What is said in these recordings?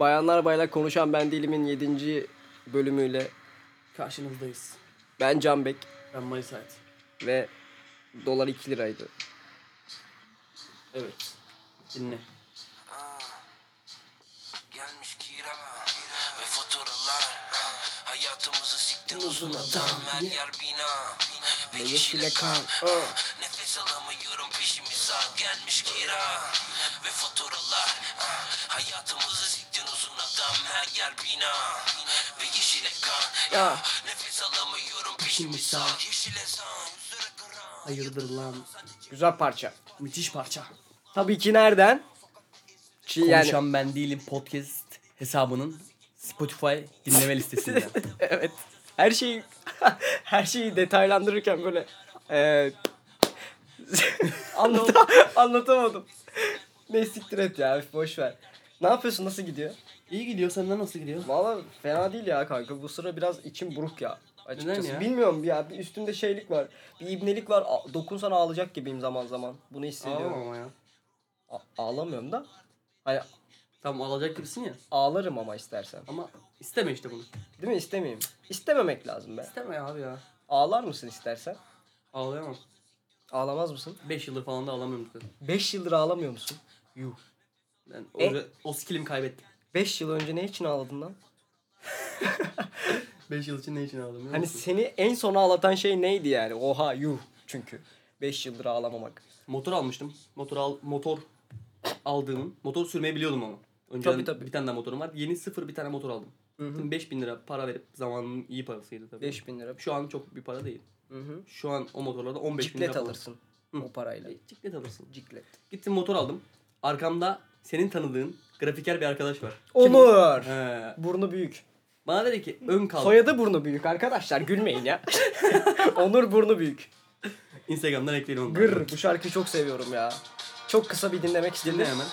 Bayanlar Baylar Konuşan Ben Değilim'in 7. bölümüyle Karşınızdayız. ben Canbek Ben Mayıs Ayt. ve dolar 2 liraydı. Evet. Dinle. Gelmiş kira ve faturalar Hayatımızı siktin uzun adam her yer bina Ve yeşile kan Nefes alamıyorum peşimiz at Gelmiş kira ve faturalar Hayatımızı siktin uzun adam her yer bina Ve yeşile kan Ya. Nefes alamıyorum peşimiz at Yeşil ezan yüzlere kıran Hayırdır lan. Güzel parça. Müthiş parça. Tabii ki nereden? Çi yani. Konuşan ben değilim podcast hesabının Spotify dinleme listesinden. evet. Her şeyi her şeyi detaylandırırken böyle eee anlata, anlatamadım. ne siktir et ya boş ver. Ne yapıyorsun? Nasıl gidiyor? İyi gidiyor. Senden nasıl gidiyor? Valla fena değil ya kanka. Bu sıra biraz içim buruk ya. Açıkçası. Neden ya? Bilmiyorum ya. Bir üstümde şeylik var. Bir ibnelik var. A- dokunsan ağlayacak gibiyim zaman zaman. Bunu hissediyorum. ama ya. A- ağlamıyorum da. Hani Tamam alacak gibisin ya. ağlarım ama istersen. Ama isteme işte bunu. Değil mi? İstemeyeyim. İstememek lazım be. İsteme ya abi ya. Ağlar mısın istersen? Ağlayamam. Ağlamaz mısın? 5 yıldır falan da ağlamıyorum zaten. 5 yıldır ağlamıyor musun? Yuh. Ben o, E? o skillimi kaybettim. 5 yıl önce ne için ağladın lan? 5 yıl için ne için ağladım? Hani seni en son ağlatan şey neydi yani? Oha yuh çünkü. 5 yıldır ağlamamak. motor almıştım. Motor al motor aldığım. Motor sürmeyi biliyordum ama. Önceden Tabii, tabii. bir tane daha motorum var. Yeni sıfır bir tane motor aldım. Şimdi 5000 lira para verip zamanın iyi parasıydı tabii. 5000 lira. Şu an çok bir para değil. Hı hı. Şu an o motorlarda 15 bin lira Ciklet falan. alırsın Hı. o parayla. E, Ciklet alırsın. Ciklet. Gittim motor aldım. Arkamda senin tanıdığın grafiker bir arkadaş var. Olur. He. Burnu büyük. Bana dedi ki ön kaldır. Soyadı burnu büyük arkadaşlar gülmeyin ya. Onur burnu büyük. Instagram'dan ekleyin onu. Gır bu şarkıyı çok seviyorum ya. Çok kısa bir dinlemek istedim. Dinle hemen.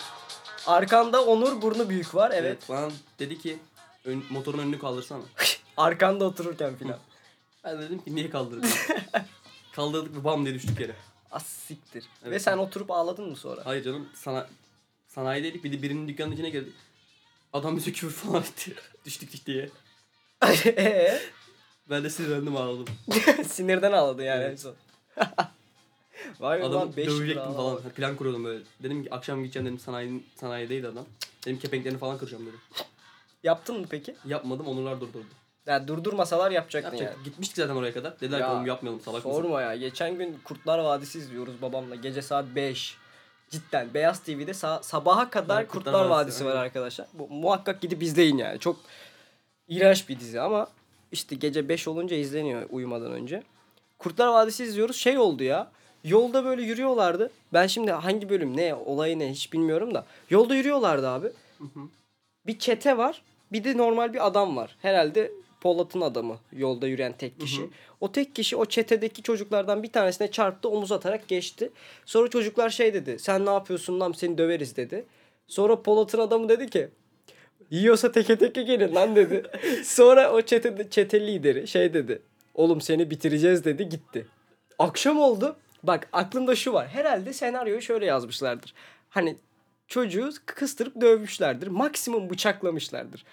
Arkanda Onur burnu büyük var evet. Evet. Bana dedi ki ön- motorun önünü kaldırsana. Arkanda otururken filan. Ben de dedim ki niye kaldırdın? Kaldırdık ve bam diye düştük yere. As siktir. Ve Evet. sen oturup ağladın mı sonra? Hayır canım sana sanayideydik bir de birinin dükkanının içine girdik. Adam bize küfür falan etti. düştük diye. Ee? Ben de sinirlendim ağladım. Sinirden ağladın yani en Evet. son. Vay be Adam lan 5 yıl dövecektim ağlamak. falan. Plan kuruyordum böyle. Dedim ki akşam gideceğim dedim sanayi, sanayideydi adam. Dedim kepenklerini falan kıracağım dedim. Yaptın mı peki? Yapmadım onurlar durdurdu. Yani durdurmasalar yapacaktın Yapacak. yani. Gitmiştik zaten oraya kadar. Dediler Ya, ki oğlum yapmayalım salak mısın? Sorma ya. Geçen gün Kurtlar Vadisi izliyoruz babamla. Gece saat 5. Cidden Beyaz TV'de sa- sabaha kadar Evet, Kurtlar, Kurtlar Vadisi Vadisi, var aynen. arkadaşlar. Bu, muhakkak gidip izleyin yani. Çok iğrenç bir dizi ama işte gece 5 olunca izleniyor uyumadan önce. Kurtlar Vadisi izliyoruz. Şey oldu ya. Yolda böyle yürüyorlardı. Ben şimdi hangi bölüm ne olayı ne hiç bilmiyorum da. Yolda yürüyorlardı abi. Bir çete var. Bir de normal bir adam var. Herhalde Polat'ın adamı. Yolda yürüyen tek kişi. O tek kişi o çetedeki çocuklardan bir tanesine çarptı. Omuz atarak geçti. Sonra çocuklar şey dedi. Sen ne yapıyorsun lan seni döveriz dedi. Sonra Polat'ın adamı dedi ki Yiyorsa teke teke gelin lan dedi. Sonra o çete, çete lideri şey dedi. Oğlum seni bitireceğiz dedi gitti. Akşam oldu. Bak aklımda şu var. Herhalde senaryoyu şöyle yazmışlardır. Hani çocuğu kıstırıp dövmüşlerdir. Maksimum bıçaklamışlardır.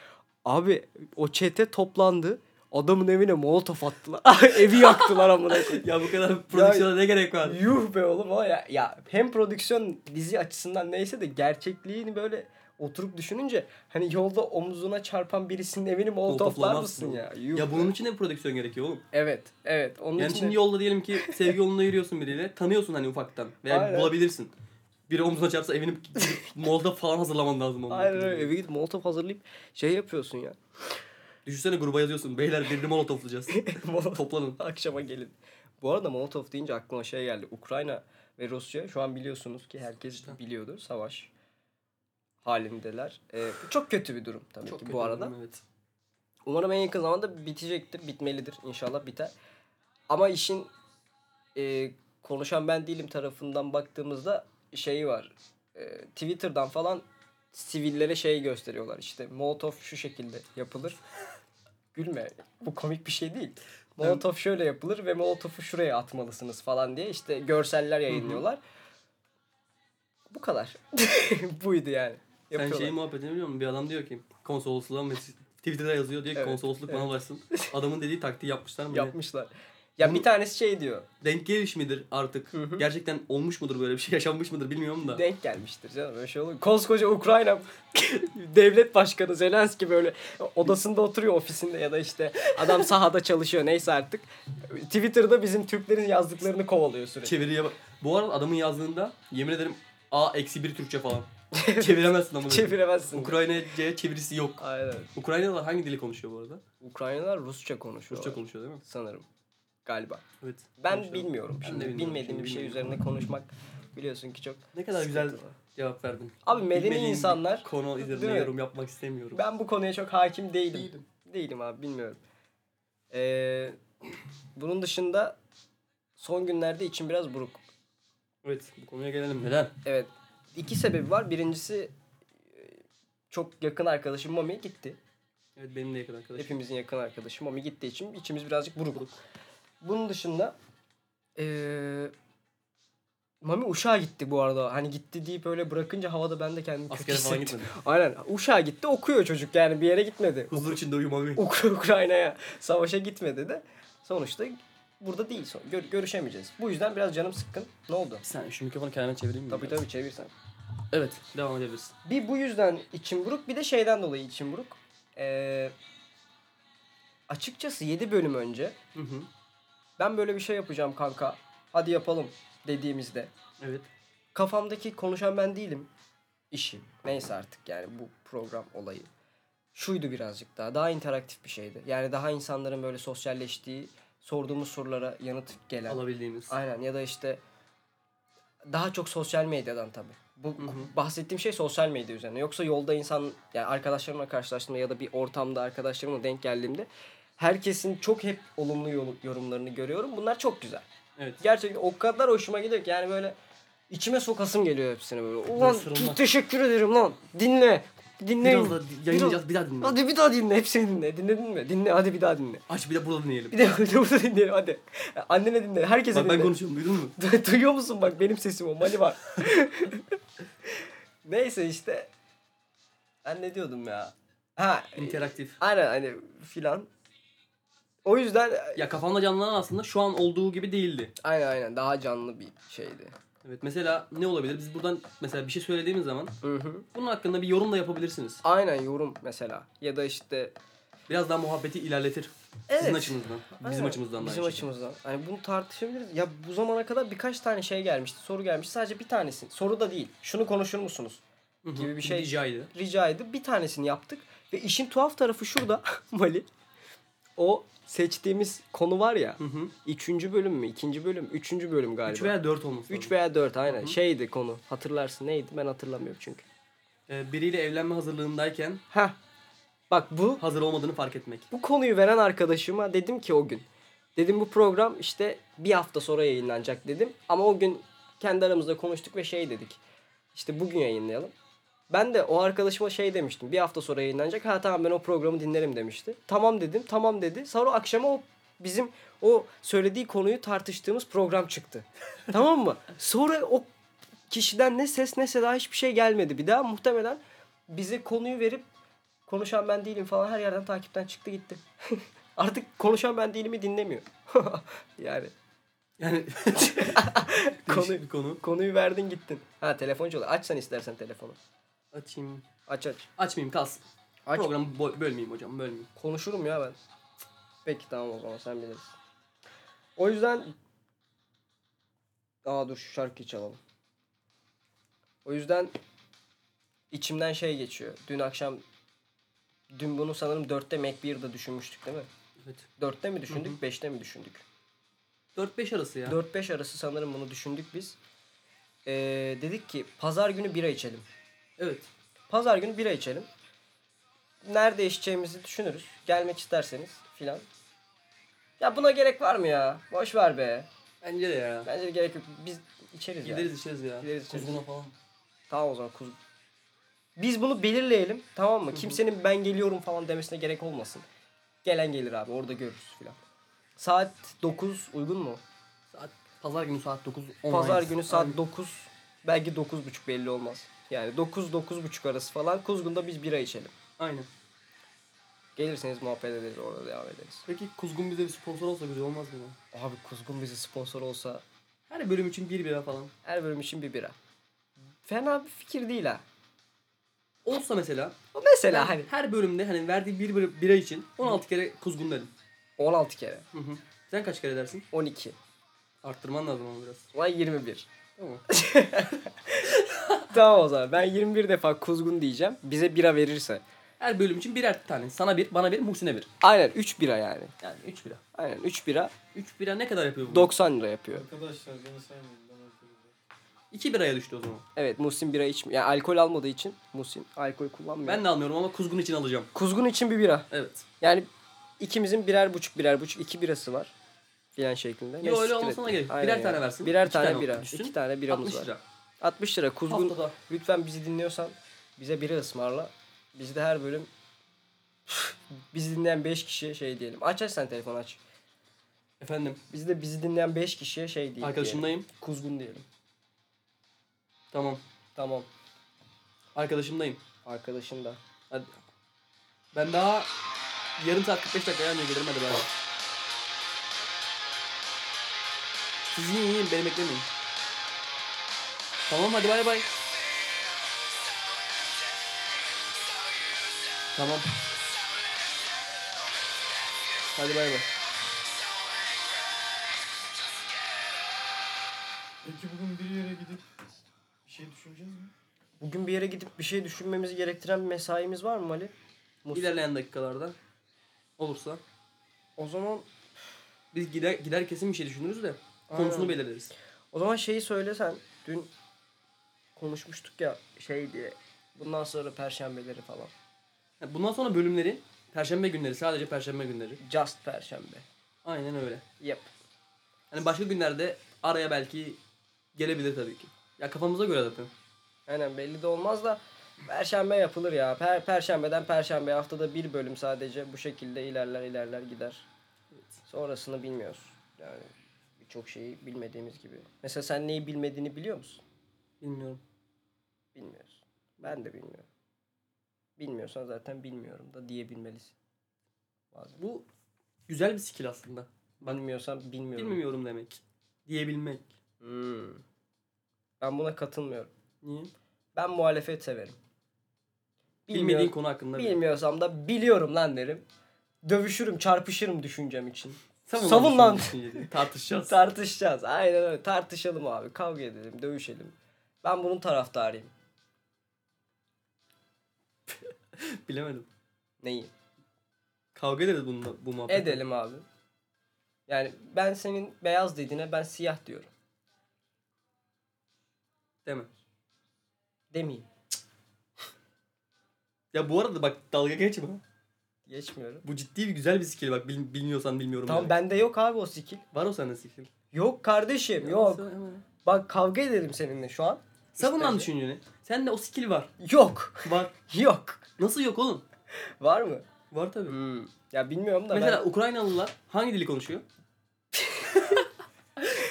Abi o çete toplandı. Adamın evine molotof attılar. Evi yaktılar amına koyayım. Ya bu kadar prodüksiyona ne gerek var? Yuh be oğlum o ya. ya hem prodüksiyon dizi açısından neyse de gerçekliğini böyle oturup düşününce hani yolda omzuna çarpan birisinin evini molotoflar Molotoflamazsın mısın ya? Yuh Ya be. bunun için de bir prodüksiyon gerekiyor oğlum. Evet, evet. Onun Yani için şimdi de- yolda diyelim ki sevgi yolunda yürüyorsun biriyle. Tanıyorsun hani ufaktan. Veya Aynen. bulabilirsin. Biri omzuna çarpsa evini molda falan hazırlaman lazım. onun. Hayır, hayır, eve gidip molotof hazırlayıp şey yapıyorsun ya. Düşünsene gruba yazıyorsun. Beyler birini molotoflayacağız. Molotof- Toplanın. Akşama gelin. Bu arada molotof deyince aklıma şey geldi. Ukrayna ve Rusya şu an biliyorsunuz ki herkes biliyordu savaş halindeler. Ee, bu çok kötü bir durum tabii ki bu arada. Evet. Umarım en yakın zamanda bitecektir. Bitmelidir. İnşallah biter. Ama işin e, konuşan ben değilim tarafından baktığımızda şeyi var. E, Twitter'dan falan sivillere şey gösteriyorlar. İşte Molotov şu şekilde yapılır. Gülme. Bu komik bir şey değil. Molotov şöyle yapılır ve Molotov'u şuraya atmalısınız falan diye işte görseller yayınlıyorlar. Bu kadar. Buydu yani. Sen Yapıyorlar. şey muhabbetini biliyor musun? Bir adam diyor ki konsolosluğa mesaj Twitter'da yazıyor diyor ki Evet, konsolosluk bana evet. ulaşsın. Adamın dediği taktiği yapmışlar mı? ne? Yapmışlar. Ya bir tanesi şey diyor. Denk geliş midir artık? Hı hı. Gerçekten olmuş mudur böyle bir şey yaşanmış mıdır bilmiyorum da. Denk gelmiştir canım. Öyle şey olur. Koskoca Ukrayna devlet başkanı Zelenski böyle odasında oturuyor ofisinde ya da işte adam sahada çalışıyor neyse artık. Twitter'da bizim Türklerin yazdıklarını kovalıyor sürekli. Çeviriye bak. Bu arada adamın yazdığında yemin ederim A eksi bir Türkçe falan. Çeviremezsin ama. Çeviremezsin. Ukrayna'ya çevirisi yok. Aynen. Ukraynalılar hangi dili konuşuyor bu arada? Ukraynalar Rusça konuşuyor. Rusça konuşuyor değil mi? Sanırım. Galiba. Evet. Ben konuşuyor. bilmiyorum. Ben Şimdi de bilmiyorum. bilmediğim Şimdi bir şey bilmiyorum. üzerine konuşmak biliyorsun ki çok Ne kadar güzel sıkıntılı. cevap verdin. Abi medeni Bilmediğim bir insanlar- Konu Değil üzerine mi? yorum yapmak istemiyorum. Ben bu konuya çok hakim değilim. Değilim. Değilim abi bilmiyorum. Ee, bunun dışında son günlerde içim biraz buruk. Evet bu konuya gelelim. Neden? Evet. iki sebebi var. Birincisi e, çok yakın arkadaşım Mami gitti. Evet benim de yakın arkadaşım. Hepimizin yakın arkadaşı Mami gittiği için içimiz birazcık buruk. Bunun dışında eee Mami Uşak'a gitti bu arada. Hani gitti deyip öyle bırakınca havada ben de kendimi kötü Askere falan hissettim. gitmedim. Aynen. Uşak'a gitti okuyor çocuk yani bir yere gitmedi. Huzur içinde uyumalı. Uk- Ukrayna'ya savaşa gitmedi de sonuçta burada değil. Son- gör- görüşemeyeceğiz. Bu yüzden biraz canım sıkkın. Ne oldu? Bir saniye şu mikrofonu kendime çevireyim mi? Tabii tabii çevirsen. Evet devam edebilirsin. Bir bu yüzden içim buruk bir de şeyden dolayı içim buruk. Ee, açıkçası 7 bölüm önce Hı hı. ben böyle bir şey yapacağım kanka. Hadi yapalım dediğimizde Evet. kafamdaki konuşan ben değilim işi. Neyse artık yani bu program olayı. Şuydu birazcık daha. Daha interaktif bir şeydi. Yani daha insanların böyle sosyalleştiği, sorduğumuz sorulara yanıt gelen. Alabildiğimiz. Aynen ya da işte daha çok sosyal medyadan tabii. Bu hı. bahsettiğim şey sosyal medya üzerine. Yoksa yolda insan yani arkadaşlarımla karşılaştığımda ya da bir ortamda arkadaşlarımla denk geldiğimde herkesin çok hep olumlu yolu- yorumlarını görüyorum. Bunlar çok güzel. Evet. Gerçekten o kadar hoşuma gidiyor ki yani böyle içime sokasım geliyor hepsine böyle. Ulan sarılmak. teşekkür ederim lan. Dinle. Dinle. Biraz da yayınlayacağız bir daha dinle. Hadi bir daha dinle. Hepsini dinle. Dinledin mi? Dinle. Hadi bir daha dinle. Aç bir de burada dinleyelim. Bir de burada dinleyelim hadi. Annene dinle. Herkese Bak dinle. ben konuşuyorum duydun mu? Du- Duyuyor musun bak benim sesim o mali var. Neyse işte. Ben ne diyordum ya? Ha e, İnteraktif. aynen hani filan. O yüzden Ya kafamda canlanan aslında şu an olduğu gibi değildi. aynen aynen daha canlı bir şeydi. Evet mesela ne olabilir? Biz buradan mesela bir şey söylediğimiz zaman Hı hı. bunun hakkında bir yorum da yapabilirsiniz. Aynen yorum mesela ya da işte Biraz daha muhabbeti ilerletir. Sizin Evet. açınızdan. Bizim Aynen, açımızdan da Bizim aynı şekilde. açımızdan. Hani bunu tartışabiliriz. Ya bu zamana kadar birkaç tane şey gelmişti, soru gelmişti. Sadece bir tanesi. Soru da değil. Şunu konuşur musunuz? Hı hı. gibi bir şey. Ricaydı. rica edip bir tanesini yaptık. Ve işin tuhaf tarafı şurada Mali. O seçtiğimiz konu var ya. Hı hı. Üçüncü bölüm mü? ikinci bölüm? Üçüncü bölüm 3 galiba. veya 4 olması lazım. 3 veya 4 aynen. Şeydi konu. Hatırlarsın neydi? Ben hatırlamıyorum çünkü. Ee, biriyle evlenme hazırlığındayken Heh. Bak bu hazır olmadığını fark etmek. bu konuyu veren arkadaşıma dedim ki o gün. Dedim bu program işte bir hafta sonra yayınlanacak dedim. Ama o gün kendi aramızda konuştuk ve şey dedik. İşte bugün yayınlayalım. Ben de o arkadaşıma şey demiştim. Bir hafta sonra yayınlanacak. Ha tamam ben o programı dinlerim demişti. Tamam dedim. Tamam dedi. Sonra akşama o bizim o söylediği konuyu tartıştığımız program çıktı. tamam mı? Sonra o kişiden ne ses ne seda hiçbir şey gelmedi. Bir daha muhtemelen bize konuyu verip konuşan ben değilim falan her yerden takipten çıktı gitti. Artık konuşan ben değilimi dinlemiyor. yani Yani Konu- konu bir konu. konuyu verdin gittin. Ha telefon çalıyor. Açsan istersen telefonu. Açayım. Aç aç. Açmayayım kalsın. Aç. Programı bo- bölmeyeyim hocam bölmeyeyim. Konuşurum ya ben. Peki tamam o zaman sen bilirsin. O yüzden Aa dur şu şarkıyı çalalım. O yüzden içimden şey geçiyor. Dün akşam dün bunu sanırım 4'te Macbeer'da düşünmüştük değil mi? Evet. 4'te mi düşündük, 5'te mi düşündük? 4-5 arası ya. 4-5 arası sanırım bunu düşündük biz. Ee, dedik ki pazar günü bira içelim. Evet. Pazar günü bira içelim. Nerede içeceğimizi düşünürüz. Gelmek isterseniz filan. Ya buna gerek var mı ya? Boş ver be. Bence de ya. Bence de gerek yok. Biz içeriz ya. Gideriz içeriz ya. Gideriz içeriz. Kuzguna falan. Tamam o zaman kuz. Biz bunu belirleyelim tamam mı? Kimsenin ben geliyorum falan demesine gerek olmasın. Gelen gelir abi orada görürüz filan. Saat 9 uygun mu? Saat, pazar günü saat 9. Pazar günü saat 9 belki 9.30 belli olmaz. Yani 9-9.30 arası falan Kuzgun'da biz bira içelim. Aynen. Gelirseniz muhabbet ederiz orada devam ederiz. Peki Kuzgun bize bir sponsor olsa güzel olmaz mı? ya? Abi Kuzgun bize sponsor olsa Her bölüm için bir bira falan. her bölüm için bir bira. Fena bir fikir değil ha. Olsa mesela. O mesela ben hani Her bölümde hani verdiği bir bira, bira için 16 kere Kuzgun dedim. 16 kere, Hı hı. Sen kaç kere dersin? 12, Arttırman lazım ama biraz. vay 21. Tamam. Tamam o zaman ben 21 defa Kuzgun diyeceğim. Bize bira verirse. Her bölüm için birer tane. Sana bir, bana bir, Muhsin'e bir. Aynen 3 bira yani. Yani 3 bira. Aynen 3 bira 3 bira ne kadar yapıyor bu? 90 lira yapıyor. Arkadaşlar beni saymayın. Ben okuyayım. 2 biraya düştü o zaman. Evet Muhsin bira içmiyor. Yani alkol almadığı için Muhsin alkol kullanmıyor. Ben de almıyorum ama Kuzgun için alacağım. Kuzgun için bir bira. Evet. Yani ikimizin birer buçuk birer buçuk iki birası var. Filan şeklinde. Neyse, öyle siktir olmasına et. gerek yok. Aynen Birer ya. tane versin. Birer İki tane, tane bira. düşsün. İki tane biramız 60 var. lira. 60 lira. Kuzgun Haftada. lütfen bizi dinliyorsan bize bira ısmarla. Biz de her bölüm bizi dinleyen 5 kişiye şey diyelim. Aç aç sen telefon aç. Efendim Biz de bizi dinleyen 5 kişiye şey diyelim. arkadaşımdayım. diyelim. Kuzgun diyelim. Tamam. Tamam. Arkadaşımdayım. Arkadaşın da. Hadi. Ben daha yarım saat 45 dakika önce gelirim hadi bari. Siz yiyin yiyin beni beklemeyin. Tamam hadi bay bay. Tamam. Hadi bay bay. Peki bugün bir yere gidip bir şey düşüneceğiz mi? Bugün bir yere gidip bir şey düşünmemizi gerektiren bir mesaimiz var mı Ali? Mus- İlerleyen dakikalarda olursa O zaman biz gider, gider kesin bir şey düşünürüz de konusunu Aynen. belirleriz. o zaman şeyi söylesen. Dün konuşmuştuk ya şey diye. Bundan sonra perşembeleri falan. Ha, Bundan sonra bölümleri perşembe günleri sadece perşembe günleri. Just perşembe. Aynen öyle. Yep. Hani başka günlerde araya belki gelebilir tabii ki. Ya kafamıza göre zaten. Aynen belli de olmaz da perşembe yapılır ya. Per- perşembeden perşembe haftada bir bölüm sadece bu şekilde ilerler ilerler gider. Sonrasını bilmiyoruz. Yani birçok şeyi bilmediğimiz gibi. Mesela sen neyi bilmediğini biliyor musun? Bilmiyorum. Bilmiyoruz. Ben de bilmiyorum. Bilmiyorsan zaten bilmiyorum da diyebilmelisin. Bazen. Bu güzel bir skill aslında. Bilmiyorsan bilmiyorum. Bilmiyorum demek. Diyebilmek. Hmm. Ben buna katılmıyorum. Niye? Ben muhalefet severim. Bilmediğin konu hakkında. bir- Bilmiyorsam da biliyorum lan derim. Dövüşürüm, çarpışırım düşüncem için. Savun lan Savun lan. düşünceni, düşünceni. Tartışacağız. Tartışacağız. Aynen öyle. Tartışalım abi. Kavga edelim, dövüşelim. Ben bunun taraftarıyım. Bilemedim. Neyi? Kavga ederiz bununla, bu muhabbet. Edelim abi. Yani ben senin beyaz dediğine ben siyah diyorum. Deme. Demeyeyim. Ya bu arada bak dalga geçme. Geçmiyorum. Bu ciddi bir güzel bir skill bak bil- bilmiyorsan bilmiyorum. Tamam demek. bende yok abi o skill. Var o sende skill. Yok kardeşim yok. Bak kavga edelim seninle şu an. Savun lan İstersen- düşünceni. Sende o skill var. Yok. Var. Yok. Nasıl yok oğlum? Var mı? Var tabii. Hmm. Ya bilmiyorum da Mesela Ukraynalılar hangi dili konuşuyor?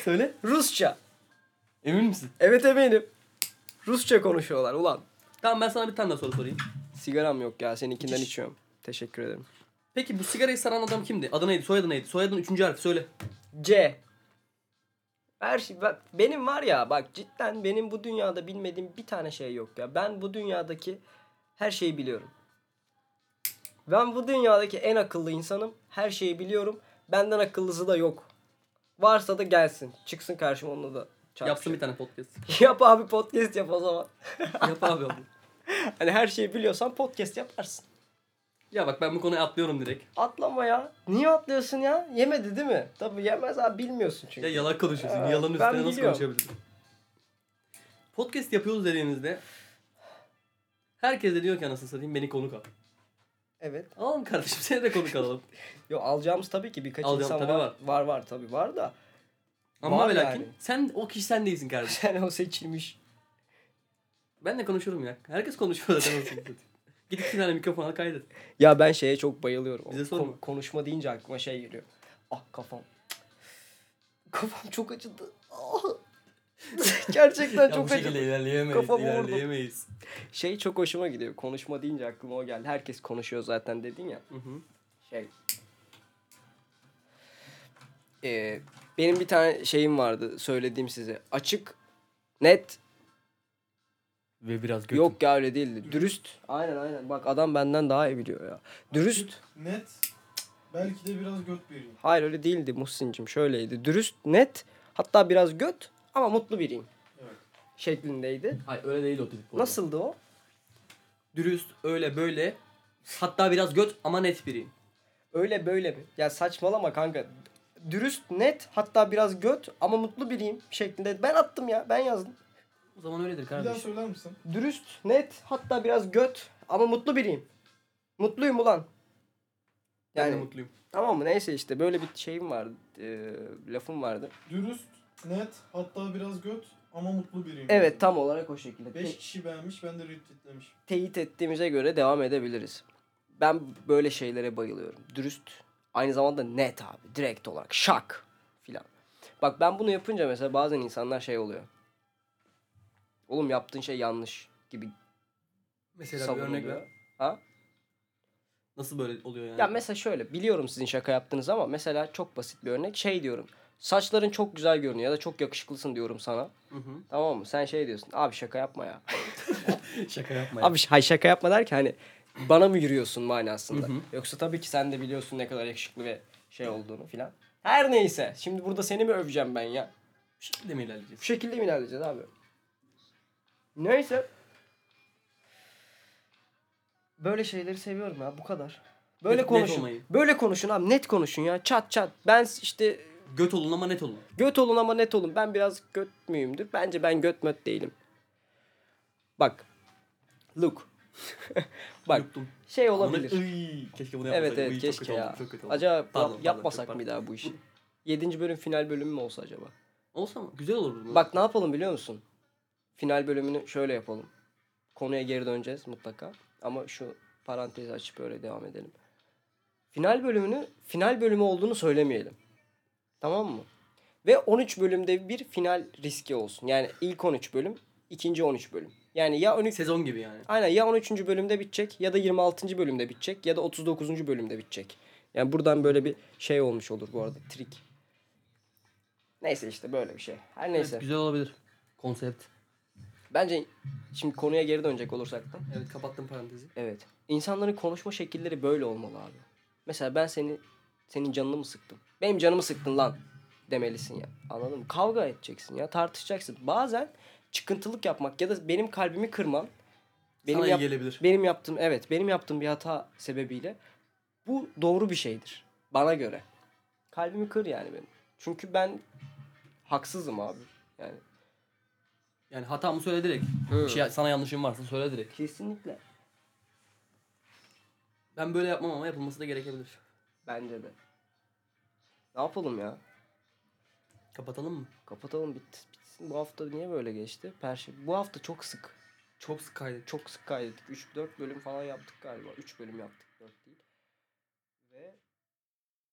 Söyle. ben Rusça. Emin misin? Evet eminim. Rusça konuşuyorlar ulan. Tamam ben sana bir tane daha soru sorayım. Sigaram yok ya. Seninkinden içiyorum. Teşekkür ederim. Peki bu sigarayı saran adam kimdi? Adı neydi? Soyadı neydi? Soyadın üçüncü harfi söyle. C. Her şey, bak, benim var ya bak cidden benim bu dünyada bilmediğim bir tane şey yok ya. Ben bu dünyadaki her şeyi biliyorum. Ben bu dünyadaki en akıllı insanım. Her şeyi biliyorum. Benden akıllısı da yok. Varsa da gelsin. Çıksın karşıma onunla da Yapsın çarpışayım. bir tane podcast. Yap abi podcast yap o zaman. Yap abi oğlum. Hani her şeyi biliyorsan podcast yaparsın. Ya bak ben bu konuya atlıyorum direkt. Atlama ya. Niye atlıyorsun ya? Yemedi değil mi? Tabii yemez abi bilmiyorsun çünkü. Ya yalan konuşuyorsun. Ee, Yalanın ben üstüne nasıl biliyorum. konuşabilirsin? Podcast yapıyoruz dediğimizde herkes de diyor ki anasını satayım beni konuk al. Evet. Alalım kardeşim seni de konuk alalım. Yo alacağımız tabii ki birkaç Alacağım insan tabii var. var. Var var tabii var da. Ama Var ve lakin yani. sen o kişi sen değilsin kardeşim. Sen o seçilmiş. Ben de konuşurum ya. Herkes konuşuyor zaten anasını satayım. Git iki tane mikrofon al kaydet. Ya ben şeye çok bayılıyorum. Bize Kon- sorma. konuşma deyince aklıma şey geliyor. Ah kafam. Kafam çok acıdı. Ah. Gerçekten Ya bu çok acı. şekilde ilerleyemeyiz. Kafamı vurdum. ilerleyemeyiz. Şey çok hoşuma gidiyor. Konuşma deyince aklıma o geldi. Herkes konuşuyor zaten dedin ya. hı. Şey. Ee, benim bir tane şeyim vardı söylediğim size. Açık, net, Ve biraz götüm. yok ya öyle değildi. Dürüst. Aynen aynen. Bak adam benden daha iyi biliyor ya. Dürüst. Net. Belki de biraz göt veriyor. Hayır öyle değildi Muhsin'cim. Şöyleydi. Dürüst, net, hatta biraz göt ama mutlu biriyim. Evet. Şeklindeydi. Hayır öyle değil o tip. bu arada. Nasıldı o? Dürüst öyle böyle. Hatta biraz göt ama net biriyim. Öyle böyle mi? Ya saçmalama kanka. Dürüst, net, hatta biraz göt ama mutlu biriyim şeklinde. Ben attım ya, ben yazdım. O zaman öyledir Bir daha kardeşim. söyler misin? Dürüst, net, hatta biraz göt ama mutlu biriyim. Mutluyum ulan. Yani, Yani mutluyum. tamam mı? Neyse işte böyle bir şeyim vardı. e, lafım vardı. Dürüst, net, hatta biraz göt ama mutlu biriyim. Evet tam olarak o şekilde. 5 kişi beğenmiş ben de retweetlemişim. teyit ettiğimize göre devam edebiliriz. Ben böyle şeylere bayılıyorum. Dürüst, aynı zamanda net abi. Direkt olarak şak filan. Bak ben bunu yapınca mesela bazen insanlar şey oluyor. Oğlum yaptığın şey yanlış gibi Mesela bir örnek savunuluyor. ver. Ha? Nasıl böyle oluyor yani? Ya mesela şöyle biliyorum sizin şaka yaptığınız ama mesela çok basit bir örnek şey diyorum. Saçların çok güzel görünüyor ya da çok yakışıklısın diyorum sana. Hı hı. Tamam mı? Sen şey diyorsun. Abi şaka yapma ya. Şaka yapma. ya. Abi ş- hayır şaka yapma der ki hani bana mı yürüyorsun manasında. Hı hı. Yoksa tabii ki sen de biliyorsun ne kadar yakışıklı ve şey olduğunu filan. Her neyse. Şimdi burada seni mi öveceğim ben ya? Bu şekilde şey mi Bu ilerleyeceğiz? şekilde mi ilerleyeceğiz abi? Neyse. Böyle şeyleri seviyorum ya bu kadar. Böyle Net- net konuşun. olmayı. Böyle konuşun abi net konuşun ya. Çat çat. Ben s- işte Göt olun ama net olun. Göt olun ama net olun. Ben biraz göt müyümdür? Bence ben göt möt değilim. Bak. Look. Bak. Yuttum. Şey Ama olabilir. ne- Iy, keşke bunu yapmasaydık. Evet evet Iy, çok keşke kötü oldu, ya. çok kötü oldu. Acaba yap- Pardon, pardon, yapmasak mı çok pardon. bir daha bu işi? 7. bölüm final bölümü mü olsa acaba? Olsa mı? Güzel olurdu. bu. Bak ne yapalım biliyor musun? Final bölümünü şöyle yapalım. Konuya geri döneceğiz mutlaka. Ama şu parantezi açıp öyle devam edelim. Final bölümünü final bölümü olduğunu söylemeyelim. Tamam mı? Ve 13 bölümde bir final riski olsun. Yani ilk 13 bölüm, ikinci 13 bölüm. Yani ya 13 Sezon gibi yani. Aynen ya 13. bölümde bitecek ya da 26. bölümde bitecek ya da 39. bölümde bitecek. Yani buradan böyle bir şey olmuş olur bu arada trik. Neyse işte böyle bir şey. Her neyse. Evet, güzel olabilir. Konsept. Bence şimdi konuya geri dönecek olursak da. Evet kapattım parantezi. Evet. İnsanların konuşma şekilleri böyle olmalı abi. Mesela ben seni senin canını mı sıktım? Benim canımı sıktın lan demelisin ya. Anladın mı? Kavga edeceksin ya. Tartışacaksın. Bazen çıkıntılık yapmak ya da benim kalbimi kırman benim Sana iyi yap- gelebilir. benim yaptığım evet benim yaptığım bir hata sebebiyle bu doğru bir şeydir bana göre. Kalbimi kır yani benim. Çünkü ben haksızım abi. Yani Yani hatamı söyle direkt. Hı. Şey, sana yanlışın varsa söyle direkt. kesinlikle Ben böyle yapmam ama yapılması da gerekebilir. bence de. Ne yapalım ya? Kapatalım mı? Kapatalım bit, bitsin. Bu hafta niye böyle geçti? Perşembe. Bu hafta çok sık. Çok sık kaydet. Çok sık kaydettik. 3 4 bölüm falan yaptık galiba. 3 bölüm yaptık. 4 değil.